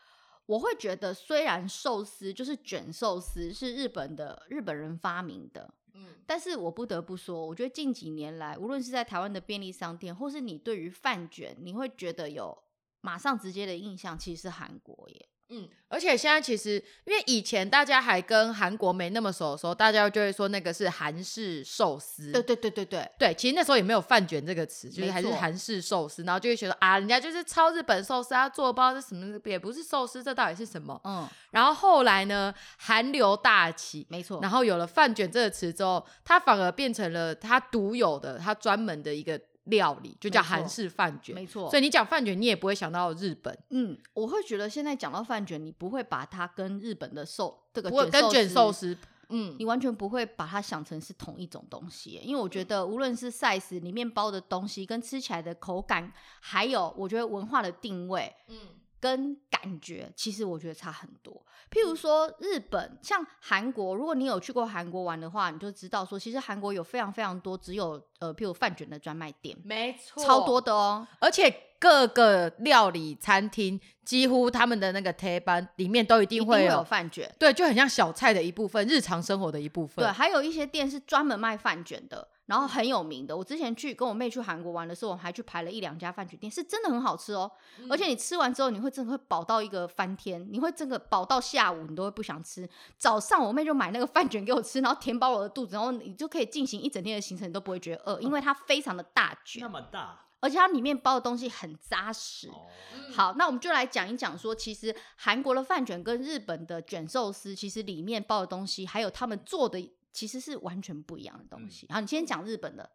Speaker 1: 我会觉得，虽然寿司就是卷寿司是日本的日本人发明的，
Speaker 2: 嗯，
Speaker 1: 但是我不得不说，我觉得近几年来，无论是在台湾的便利商店，或是你对于饭卷，你会觉得有马上直接的印象，其实是韩国耶。
Speaker 2: 嗯，而且现在其实，因为以前大家还跟韩国没那么熟的时候，大家就会说那个是韩式寿司。
Speaker 1: 对对对对对，
Speaker 2: 对其实那时候也没有“饭卷”这个词，就是
Speaker 1: 没
Speaker 2: 还是
Speaker 1: 错
Speaker 2: 韩式寿司，然后就会觉得啊，人家就是抄日本寿司，他做包是什么，也不是寿司，这到底是什么？
Speaker 1: 嗯，
Speaker 2: 然后后来呢，韩流大起，
Speaker 1: 没错。
Speaker 2: 然后有了“饭卷”这个词之后，它反而变成了它独有的、它专门的一个料理，就叫
Speaker 1: 没错
Speaker 2: 韩式饭卷。
Speaker 1: 没错
Speaker 2: 所以你讲饭卷，你也不会想到日本，
Speaker 1: 嗯，我会觉得现在讲到饭卷，你不会把它跟日本的寿这个
Speaker 2: 不会跟卷寿
Speaker 1: 寿，
Speaker 2: 司，嗯
Speaker 1: 你，完全不会把它想成是同一种东西耶，因为我觉
Speaker 2: 嗯
Speaker 1: 得无论是 size 里面包的东西，跟吃起来的口感，还有我觉得文化的定位，
Speaker 2: 嗯
Speaker 1: 跟感觉，其实我觉得差很多。譬
Speaker 2: 嗯
Speaker 1: 如说日本，像韩国，如果你有去过韩国玩的话，你就知道说，其实韩国有非常非常多只有呃，譬如饭卷的专卖店，
Speaker 2: 没错
Speaker 1: 超多的哦。
Speaker 2: 而且各个料理餐厅几乎他们的那个 t 班里面都一
Speaker 1: 一
Speaker 2: 定
Speaker 1: 定
Speaker 2: 会
Speaker 1: 会
Speaker 2: 有，
Speaker 1: 有饭卷，
Speaker 2: 对，就很像小菜的一部分，日常生活的一部分。
Speaker 1: 对，还有一些店是专门卖饭卷的，然后很有名的。我之前去跟我妹去韩国玩的时候，我们还去排了一两家饭卷店，是真的很好吃哦。
Speaker 2: 嗯
Speaker 1: 而且你吃完之后，你会真的会饱到一个翻天，你会真的饱到下午，你都会不想吃。早上我妹就买那个饭卷给我吃，然后填饱我的肚子，然后你就可以进行一整天的行程，你都不会觉得饿，因为它非常的大
Speaker 3: 那
Speaker 1: 卷，
Speaker 3: 么大，
Speaker 1: 而且它里面包的东西很扎实。
Speaker 3: 哦
Speaker 1: 好，那我们就来讲一讲说，其实韩国的饭卷跟日本的卷寿司，其实里面包的东西，还有他们做的，其实是完全不一样的
Speaker 3: 嗯
Speaker 1: 东西。好，你先讲日本的，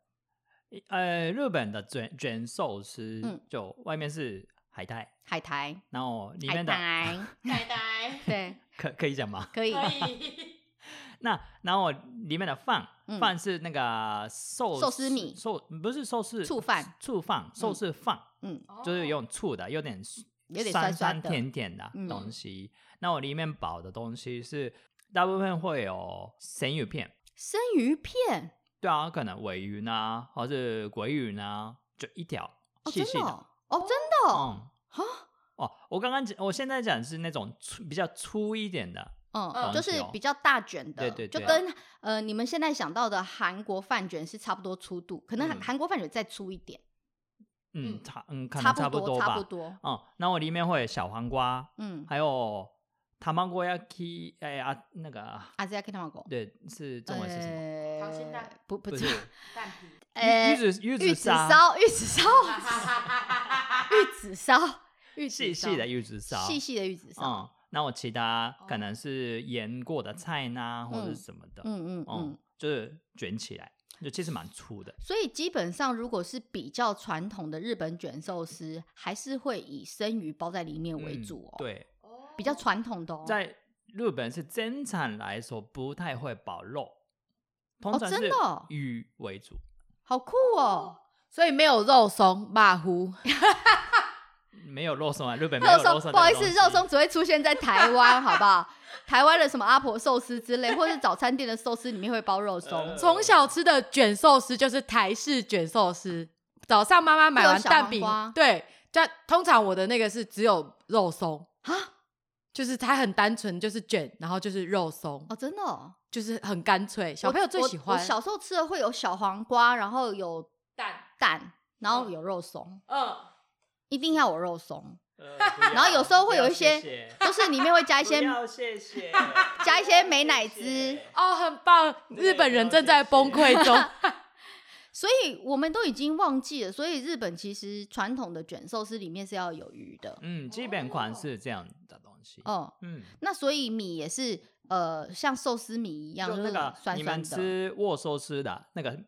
Speaker 3: 呃，日本的卷卷寿司
Speaker 1: 嗯，
Speaker 3: 就外面是海带，
Speaker 1: 海苔，
Speaker 3: 然后里
Speaker 1: 海
Speaker 3: 面的
Speaker 1: 苔，
Speaker 2: 奶奶
Speaker 3: [LAUGHS]
Speaker 1: 对，
Speaker 3: 可可以讲吗？ [LAUGHS]
Speaker 1: 可以，
Speaker 2: 以，
Speaker 3: 那然后里面的饭
Speaker 1: 嗯
Speaker 3: 饭是那个寿
Speaker 1: 寿司米
Speaker 3: 寿不是寿司
Speaker 1: 醋饭
Speaker 3: 醋饭寿司饭
Speaker 1: 嗯，
Speaker 2: 哦
Speaker 3: 就是用醋的，有点
Speaker 1: 有点
Speaker 3: 酸
Speaker 1: 酸酸的
Speaker 3: 甜甜的
Speaker 1: 嗯
Speaker 3: 东西。那我里面包的东西是大部分会有生鱼片，
Speaker 1: 生鱼片，
Speaker 3: 对啊，可能尾鱼呢，或是鲑鱼呢，就一条
Speaker 1: 哦，
Speaker 3: 细
Speaker 1: 真
Speaker 3: 细
Speaker 1: 的
Speaker 3: 的，
Speaker 1: 哦，哦真的哦，
Speaker 3: 嗯，哦，我刚刚讲，我现在讲是那种粗比较粗一点的，
Speaker 1: 嗯，
Speaker 3: 嗯
Speaker 1: 就是比较大卷的，
Speaker 3: 对对
Speaker 1: 就
Speaker 3: 对
Speaker 1: 跟呃你们现在想到的韩国饭卷是差不多粗度，可能韩
Speaker 3: 嗯
Speaker 1: 韩国饭卷再粗一点，
Speaker 3: 嗯，
Speaker 2: 嗯
Speaker 3: 差嗯，可能差
Speaker 1: 不
Speaker 3: 不多
Speaker 1: 差
Speaker 3: 吧
Speaker 1: 不，多，
Speaker 3: 嗯，那我里面会有小黄瓜，
Speaker 1: 嗯，
Speaker 3: 还有塔玛锅要 k 哎啊那个，
Speaker 1: 阿兹亚克汤狗，
Speaker 3: 对，是中文是什么？
Speaker 1: 呃
Speaker 2: 溏心蛋
Speaker 1: 不不
Speaker 3: 不
Speaker 1: 是
Speaker 3: 是，
Speaker 2: 蛋皮，
Speaker 1: 呃
Speaker 3: 玉玉子玉
Speaker 1: 玉
Speaker 3: 子
Speaker 1: 子，烧，玉子烧，玉子 [LAUGHS] 烧，玉子
Speaker 3: 细细的
Speaker 1: 玉
Speaker 3: 玉子烧，
Speaker 1: 细细的玉子烧，
Speaker 3: 嗯，那我其他可
Speaker 2: 哦
Speaker 3: 能是腌过的菜呢，或者
Speaker 1: 嗯
Speaker 3: 是什么的，
Speaker 1: 嗯嗯嗯
Speaker 3: 嗯。，就是卷起来，就其实蛮粗的。
Speaker 1: 所以基本上，如果是比较传统的日本卷寿司，还是会以生鱼包在里面为
Speaker 3: 嗯
Speaker 1: 主哦。，
Speaker 3: 对，
Speaker 1: 比较传统的哦。
Speaker 3: 在日本是正常来说不太会包肉，通
Speaker 1: 哦
Speaker 3: 常
Speaker 1: 真
Speaker 3: 是
Speaker 1: 的哦
Speaker 3: 鱼为主。
Speaker 1: 好酷哦！
Speaker 2: 所以没有肉松、马糊，
Speaker 3: 没有肉松啊，日本没有
Speaker 1: 肉
Speaker 3: 肉
Speaker 1: 松，
Speaker 3: 松。
Speaker 1: 不好意思，肉松。只会出现在台湾，好不好？台湾的什么阿婆寿司之 [LAUGHS] 类，或是早餐店的寿司里面会包肉松。
Speaker 3: 呃
Speaker 2: 从小吃的卷寿司就是台式卷寿司。早上妈妈买完蛋
Speaker 1: 会有
Speaker 2: 饼
Speaker 1: 小黄瓜，
Speaker 2: 对，但通常我的那个是只有肉松
Speaker 1: 啊，
Speaker 2: 就是它很单纯，就是卷，然后就是肉松，
Speaker 1: 哦，真的、哦，
Speaker 2: 就是很干脆。小朋友最
Speaker 1: 我
Speaker 2: 喜欢
Speaker 1: 我。我小时候吃的会有小黄瓜，然后有
Speaker 2: 蛋，
Speaker 1: 蛋，然后有肉松，
Speaker 2: 嗯，
Speaker 1: 一定要有肉松，
Speaker 3: 然
Speaker 1: 然后有时候会有一些 [LAUGHS] 就是里面会加一些 [LAUGHS]
Speaker 3: 谢谢，
Speaker 1: 加一些美乃滋。
Speaker 2: 哦，很棒！日本人正在崩
Speaker 1: [LAUGHS]
Speaker 2: 溃中。
Speaker 1: 所以我们都已经忘记了，所以日本其实传统的卷寿司里面是要有鱼的。
Speaker 3: 嗯，基本款是这样的东西。
Speaker 1: 哦，
Speaker 3: 嗯，
Speaker 1: 那所以米也是呃，像寿司米一样，
Speaker 3: 就
Speaker 1: 就是
Speaker 3: 那个
Speaker 1: 酸
Speaker 3: 你
Speaker 1: 酸
Speaker 3: 们
Speaker 1: 的。
Speaker 3: 吃握寿司的那个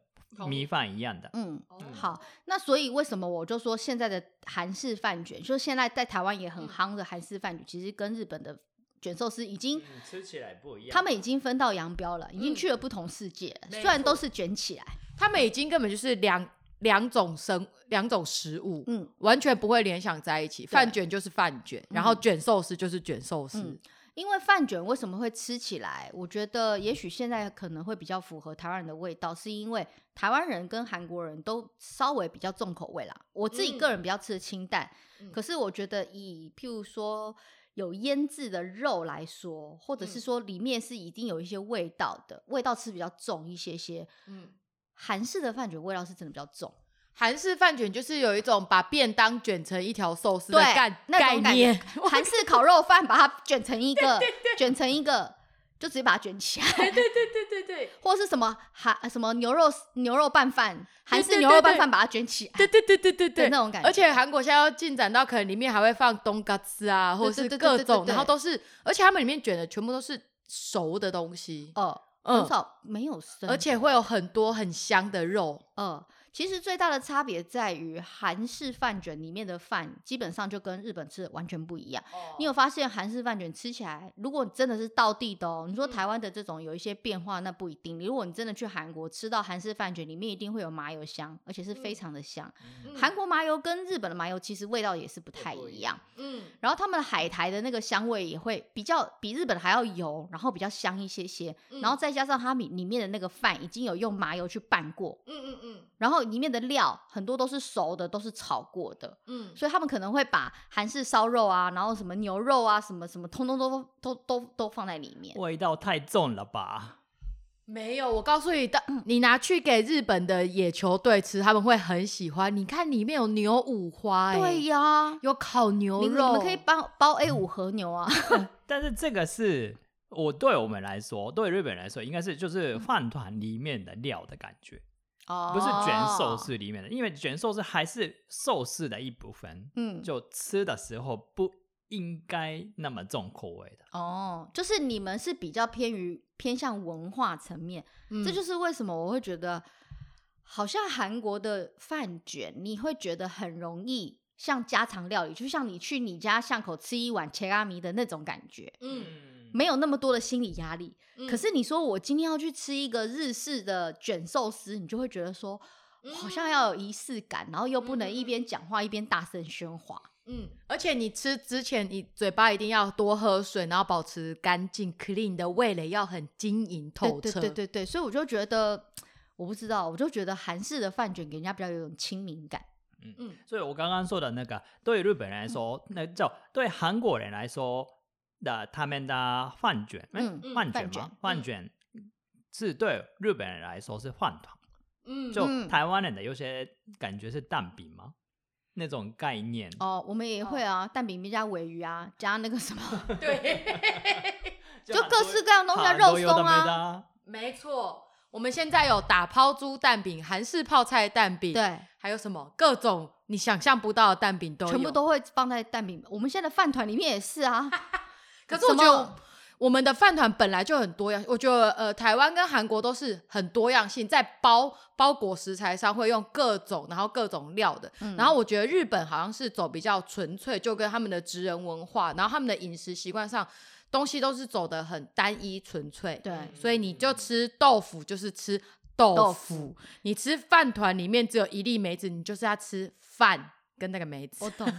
Speaker 3: 米饭一样的。
Speaker 1: 嗯，
Speaker 3: 嗯
Speaker 1: 好，那所以为什么我就说现在的韩式饭卷，就是现在在台湾也很
Speaker 2: 嗯
Speaker 1: 夯的韩式饭卷，其实跟日本的卷寿司已经、
Speaker 3: 嗯吃起来不一样。
Speaker 1: 他们已经分道扬镳了，已经
Speaker 2: 嗯
Speaker 1: 去了不同世界了、
Speaker 2: 没
Speaker 1: 虽然都
Speaker 2: 错
Speaker 1: 是卷起来，
Speaker 2: 他们已经根本就是两两种生两种食物，
Speaker 1: 嗯
Speaker 2: 完全不会联想在一起。饭卷就是饭卷，然后卷寿司就是卷寿司。
Speaker 1: 嗯因为饭卷为什么会吃起来？我觉得也许现在可能会比较符合台湾人的味道，是因为台湾人跟韩国人都稍微比较重口味啦。我自己
Speaker 2: 嗯
Speaker 1: 个人比较吃的清淡，
Speaker 2: 嗯
Speaker 1: 可是我觉得以譬如说有腌制的肉来说，或者是
Speaker 2: 嗯
Speaker 1: 说里面是一定有一些味道的，味道吃比较重一些些。
Speaker 2: 嗯
Speaker 1: 韩式的饭卷味道是真的比较重，
Speaker 2: 韩式饭卷就是有一种把便当卷成一条寿司的
Speaker 1: 对
Speaker 2: 概
Speaker 1: 那
Speaker 2: 概
Speaker 1: 种感
Speaker 2: 念
Speaker 1: 觉，韩式烤肉饭把它卷成一
Speaker 2: [LAUGHS]
Speaker 1: 个，卷成一个，就直接把它卷起来。
Speaker 2: 对对对对
Speaker 1: 或是什么韩什么牛肉牛肉拌饭，韩
Speaker 2: 对
Speaker 1: 式
Speaker 2: 对
Speaker 1: 牛肉拌
Speaker 2: 对
Speaker 1: 饭把它卷起来
Speaker 2: 对对对对对
Speaker 1: 的
Speaker 2: 对
Speaker 1: 那种感觉，
Speaker 2: 而且韩国现在要进展到可能里面还会放东嘎斯啊，或者是
Speaker 1: 对对对
Speaker 2: 各
Speaker 1: 对对
Speaker 2: 种，
Speaker 1: 对
Speaker 2: 然后都是，而且他们里面卷的全部都是熟的东西，
Speaker 1: 呃很
Speaker 2: 嗯，
Speaker 1: 少没有生，
Speaker 2: 而且会有很多很香的肉，
Speaker 1: 呃，其实最大的差别在于韩式饭卷里面的饭基本上就跟日本吃的完全不一样。
Speaker 2: 哦
Speaker 1: 哦你有发现韩式饭卷吃起来，如果你真的是道地的哦，你
Speaker 2: 嗯
Speaker 1: 说台湾的这种有一些变化，那不一定。如果你真的去韩国吃到韩式饭卷，里面一定会有麻油香，而且是非
Speaker 2: 嗯
Speaker 1: 常的香。
Speaker 2: 嗯
Speaker 1: 韩国麻油跟日本的麻油其实味道也是不太
Speaker 3: 不
Speaker 1: 一
Speaker 3: 一
Speaker 1: 样。
Speaker 2: 嗯
Speaker 1: 然后他们的海苔的那个香味也会比较比日本还要油，然后比较香一些些，
Speaker 2: 嗯
Speaker 1: 然后再加上它里里面的那个饭已经有用麻油去拌过，
Speaker 2: 嗯嗯
Speaker 1: 然后里面的料很多都是熟的，都是炒过的，
Speaker 2: 嗯
Speaker 1: 所以他们可能会把韩式烧肉啊，然后什么牛肉啊，什么什么，通通都都都都放在里面。
Speaker 3: 味道太重了吧？
Speaker 2: 没有，我告诉你，当
Speaker 1: 嗯
Speaker 2: 你拿去给日本的野球队吃，他们会很喜欢。你看里面有牛五花、欸，
Speaker 1: 对呀、
Speaker 2: 有烤牛
Speaker 1: 你们
Speaker 2: 肉，
Speaker 1: 你们可以包包 A 五和牛
Speaker 2: [LAUGHS]
Speaker 1: 啊，
Speaker 3: 但是这个是我对我们来说，对日本人来说，应该是就是饭团里面的料的感觉，
Speaker 1: 嗯
Speaker 2: 哦
Speaker 3: 不是卷寿司里面
Speaker 1: 哦
Speaker 3: 的，因为卷寿司还是寿司的一部分，
Speaker 1: 嗯，
Speaker 3: 就吃的时候不应该那么重口味的。
Speaker 1: 哦，就是你们是比较偏于偏向文化层面，
Speaker 2: 嗯，
Speaker 1: 这就是为什么我会觉得，好像韩国的饭卷，你会觉得很容易像家常料理，就像你去你家巷口吃一碗切拉米的那种感觉，
Speaker 2: 嗯，
Speaker 1: 没有那么多的心理压力。
Speaker 2: 嗯
Speaker 1: 可是你说我今天要去吃一个日式的卷寿司，你就会觉得说。好像要有
Speaker 2: 嗯
Speaker 1: 仪式感，然后又不能一边讲话一边大声喧哗。
Speaker 2: 嗯，而且你吃之前，你嘴巴一定要多喝水，然后保持干净 clean 的味蕾要很晶莹透
Speaker 1: 对
Speaker 2: 彻。
Speaker 1: 对对对对，所以我就觉得，我不知道，我就觉得韩式的饭卷给人家比较有一种亲民感。
Speaker 3: 所以我刚刚说的那个，对日本
Speaker 1: 嗯
Speaker 3: 人来说，那叫对韩国人来说的他们的饭卷，诶
Speaker 1: 嗯
Speaker 2: 嗯
Speaker 3: 饭
Speaker 1: 饭
Speaker 3: 卷
Speaker 1: 卷
Speaker 3: 吗？饭卷是对日本人来说是饭团。
Speaker 2: 嗯，
Speaker 3: 就
Speaker 1: 嗯
Speaker 3: 台湾人的有些感觉是蛋饼吗？那种概念，
Speaker 1: 哦，我们也会啊，蛋饼面加尾鱼啊，加那个什么，
Speaker 3: [LAUGHS]
Speaker 2: 对， [LAUGHS]
Speaker 1: 就
Speaker 3: 很多
Speaker 1: 各式各样的东西啊，
Speaker 3: 很
Speaker 1: 肉
Speaker 3: 多有的
Speaker 1: 松
Speaker 3: 没
Speaker 1: 啊，
Speaker 3: 的啊，
Speaker 2: 没错。我们现在有打抛猪蛋饼、韩式泡菜蛋饼，，
Speaker 1: 对，
Speaker 2: 还有什么各种你想象不到的蛋饼都有，
Speaker 1: 全部都会放在蛋饼。我们现在的饭团里面也是
Speaker 3: [LAUGHS]
Speaker 1: 啊，
Speaker 2: 可是我
Speaker 1: 什
Speaker 2: 觉
Speaker 1: 么
Speaker 2: 得我我们的饭团本来就很多样，我觉得呃，台湾跟韩国都是很多样性，在包包裹食材上会用各种，然后各种料的。
Speaker 1: 嗯
Speaker 2: 然后我觉得日本好像是走比较纯粹，就跟他们的职人文化，然后他们的饮食习惯上，东西都是走的很单一纯粹。
Speaker 1: 对，
Speaker 2: 所以你就吃豆腐就是吃豆腐，
Speaker 1: 豆腐
Speaker 2: 你吃饭团里面只有一粒梅子，你就是要吃饭跟那个梅子
Speaker 1: 我。懂，就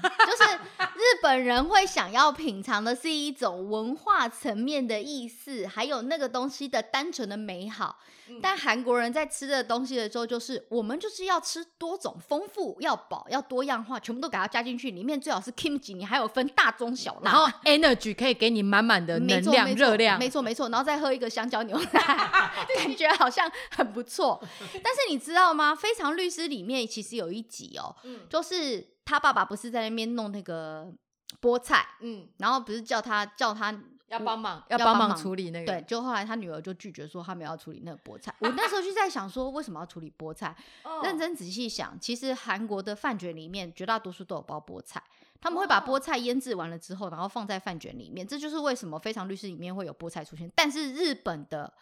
Speaker 1: 是日本人会想要品尝的是一种文化层面的意思，还有那个东西的单纯的美好。
Speaker 3: 嗯
Speaker 1: 但韩国人在吃的东西的时候，就是我们就是要吃多种丰富，要饱，要多样化，全部都给它加进去，里面最好是 kimchi，你还有分大中小辣
Speaker 2: 然后 energy 可以给你满满的
Speaker 1: 没
Speaker 2: 能
Speaker 1: 错
Speaker 2: 量、
Speaker 1: 没错
Speaker 2: 热量，
Speaker 1: 没错没错，然后再喝一个香蕉
Speaker 2: [LAUGHS]
Speaker 1: 牛奶，感觉好像很不错。但是你知道吗？《非常律师》里面其实有一集哦，
Speaker 2: 嗯
Speaker 1: 就是他爸爸不是在那边弄那个菠菜，
Speaker 2: 嗯，
Speaker 1: 然后不是叫他叫他
Speaker 2: 要帮忙，
Speaker 1: 要
Speaker 2: 要
Speaker 1: 帮
Speaker 2: 帮忙
Speaker 1: 忙
Speaker 2: 处理那个。
Speaker 1: 对，，就后来他女儿就拒绝说他们要处理那个菠菜。我那时候就在想说，为什么要处理菠菜？
Speaker 2: 哦
Speaker 3: 哦
Speaker 1: 认真仔细想，其实韩国的饭卷里面绝大多数都有包菠菜，他们会把
Speaker 2: 哦
Speaker 1: 菠菜腌制完了之后，然后放在饭卷里面，这就是为什么《非常律师》里面会有菠菜出现。但是日本的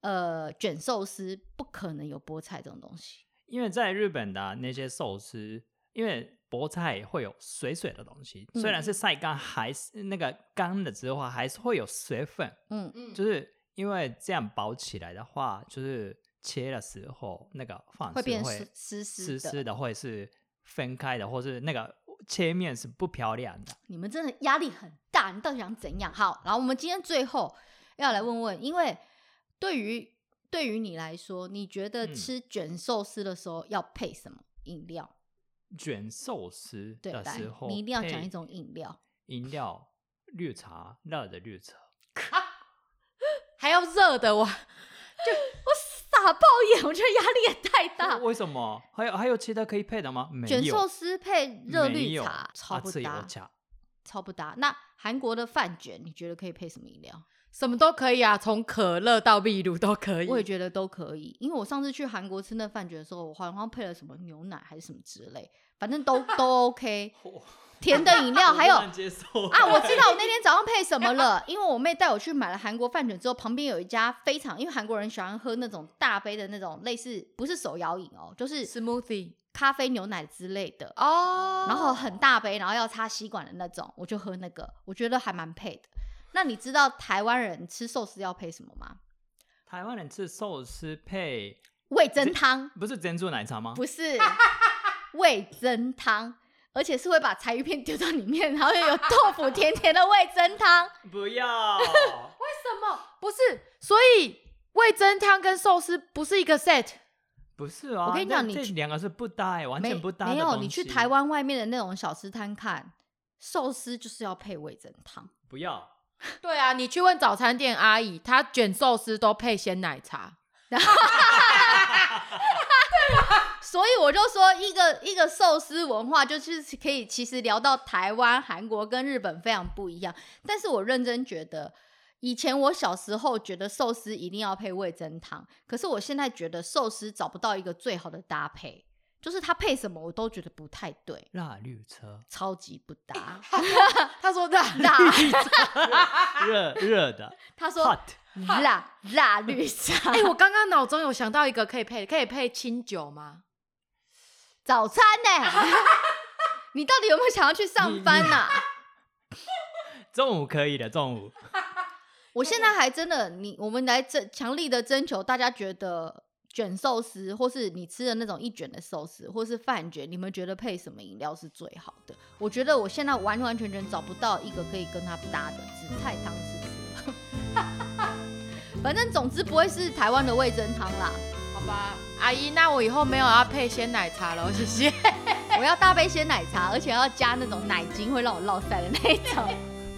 Speaker 1: 呃卷寿司不可能有菠菜这种东西，
Speaker 3: 啊因为在日本的那些寿司，因为菠菜会有水水的东西，虽
Speaker 1: 嗯
Speaker 3: 然是晒干，还是那个干了之后啊还是会有水分，
Speaker 1: 嗯，
Speaker 2: 嗯
Speaker 3: 就是因为这样包起来的话，就是切的时候那个饭
Speaker 1: 会
Speaker 3: 是
Speaker 1: 变
Speaker 3: 会
Speaker 1: 湿湿
Speaker 3: 湿
Speaker 1: 湿的。
Speaker 3: 湿的，或者是分开的，或是那个切面是不漂亮的。
Speaker 1: 你们真的压力很大，你到底想怎样？好，然后我们今天最后要来问问，因为对于对于你来说，你觉得
Speaker 3: 嗯
Speaker 1: 吃卷寿司的时候要配什么饮料？
Speaker 3: 卷寿司
Speaker 1: 对
Speaker 3: 的
Speaker 1: 来
Speaker 3: 时候，
Speaker 1: 你一定要讲一种饮料。
Speaker 3: 饮料，绿茶，热的绿茶。
Speaker 2: 还要热
Speaker 1: [LAUGHS]
Speaker 2: 的我，
Speaker 1: 傻爆眼，我觉得压力也太大。
Speaker 3: 为什么？还有还有其他可以配的吗？没有，
Speaker 1: 卷寿司配热
Speaker 3: 没
Speaker 1: 绿
Speaker 3: 有
Speaker 1: 茶，超
Speaker 3: 啊
Speaker 1: 不
Speaker 3: 自由
Speaker 1: 搭，
Speaker 3: 茶
Speaker 1: 超不搭。那韩国的饭卷，你觉得可以配什么饮料？
Speaker 2: 什么都可以啊，从可乐到秘鲁都可以。
Speaker 1: 我也觉得都可以，因为我上次去韩国吃那饭卷的时候，我好像配了什么牛奶还是什么之类，反正
Speaker 3: [LAUGHS]
Speaker 1: 都都 OK。甜的饮料还有
Speaker 3: 我不能
Speaker 1: 啊，
Speaker 3: 接受
Speaker 1: 我知道我
Speaker 3: [LAUGHS]
Speaker 1: 那天早上配什么了，因为我妹带我去买了韩国饭卷之后，旁边有一家非常，因为韩国人喜欢喝那种大杯的那种类似不是手摇饮哦，就是
Speaker 2: 得 smoothie
Speaker 1: 咖啡牛奶之类的，
Speaker 2: 哦
Speaker 1: 然后很大杯，然后要插吸管的那种，我就喝那个，我觉得还蛮配的。那你知道台湾人吃寿司要配什么吗？
Speaker 3: 台湾人吃寿司配
Speaker 1: 味增汤。
Speaker 3: 不是珍珠奶茶吗？
Speaker 1: 不
Speaker 3: [LAUGHS]
Speaker 1: 是味增汤，而且是会把柴鱼片丢到里面，然后又有豆腐甜甜的味增汤。
Speaker 3: 不
Speaker 1: [LAUGHS]
Speaker 3: 要，
Speaker 2: 什么不是？所以味增汤跟寿司不是一个 set，
Speaker 3: 不是啊！
Speaker 1: 我跟你讲
Speaker 3: 这
Speaker 1: 你
Speaker 3: 这
Speaker 1: 去
Speaker 3: 两个是不搭欸，完
Speaker 1: 没
Speaker 3: 全不搭的
Speaker 1: 没有，
Speaker 3: 东
Speaker 1: 你去
Speaker 3: 西
Speaker 1: 台湾外面的那种小吃摊看，寿司就是要配味增汤。
Speaker 3: 不要，
Speaker 2: [LAUGHS] 对啊，你去问早餐店阿姨，她卷寿司都配鲜奶茶。
Speaker 1: 所以我就说，一个一个寿司文化，就是可以其实聊到台湾、韩国跟日本非常不一样。但是我认真觉得，以前我小时候觉得寿司一定要配味增汤，可是我现在觉得寿司找不到一个最好的搭配，就是它配什么我都觉得不太对，，
Speaker 3: 辣绿车
Speaker 1: [LAUGHS] 超级不搭。
Speaker 2: 她说的， [LAUGHS]
Speaker 1: 辣，
Speaker 3: 热热的
Speaker 1: 他说
Speaker 3: hot，
Speaker 1: 辣辣绿茶
Speaker 2: 哎、，我刚刚脑中有想到一个可以配，可以配清酒吗？
Speaker 1: 早餐呢、你到底有没有想要去上班呐、
Speaker 3: 中午可以的，中午
Speaker 1: 我现在还真的，你我们来征强力的征求大家觉得卷寿司，或是你吃的那种一卷的寿司，或是饭卷，你们觉得配什么饮料是最好的？我觉得我现在完完全全找不到一个可以跟它搭的，紫菜汤是 [LAUGHS] 不是？反正总之不会是台湾的味增汤啦，
Speaker 2: 好吧，阿姨，那我以后没有要配鲜奶茶了，谢谢。
Speaker 1: 我要搭杯鲜奶茶，而且要加那种奶精会让我落腮的那一种，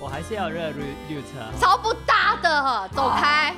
Speaker 3: 我还是要热绿绿车。
Speaker 1: 超不搭的，走开。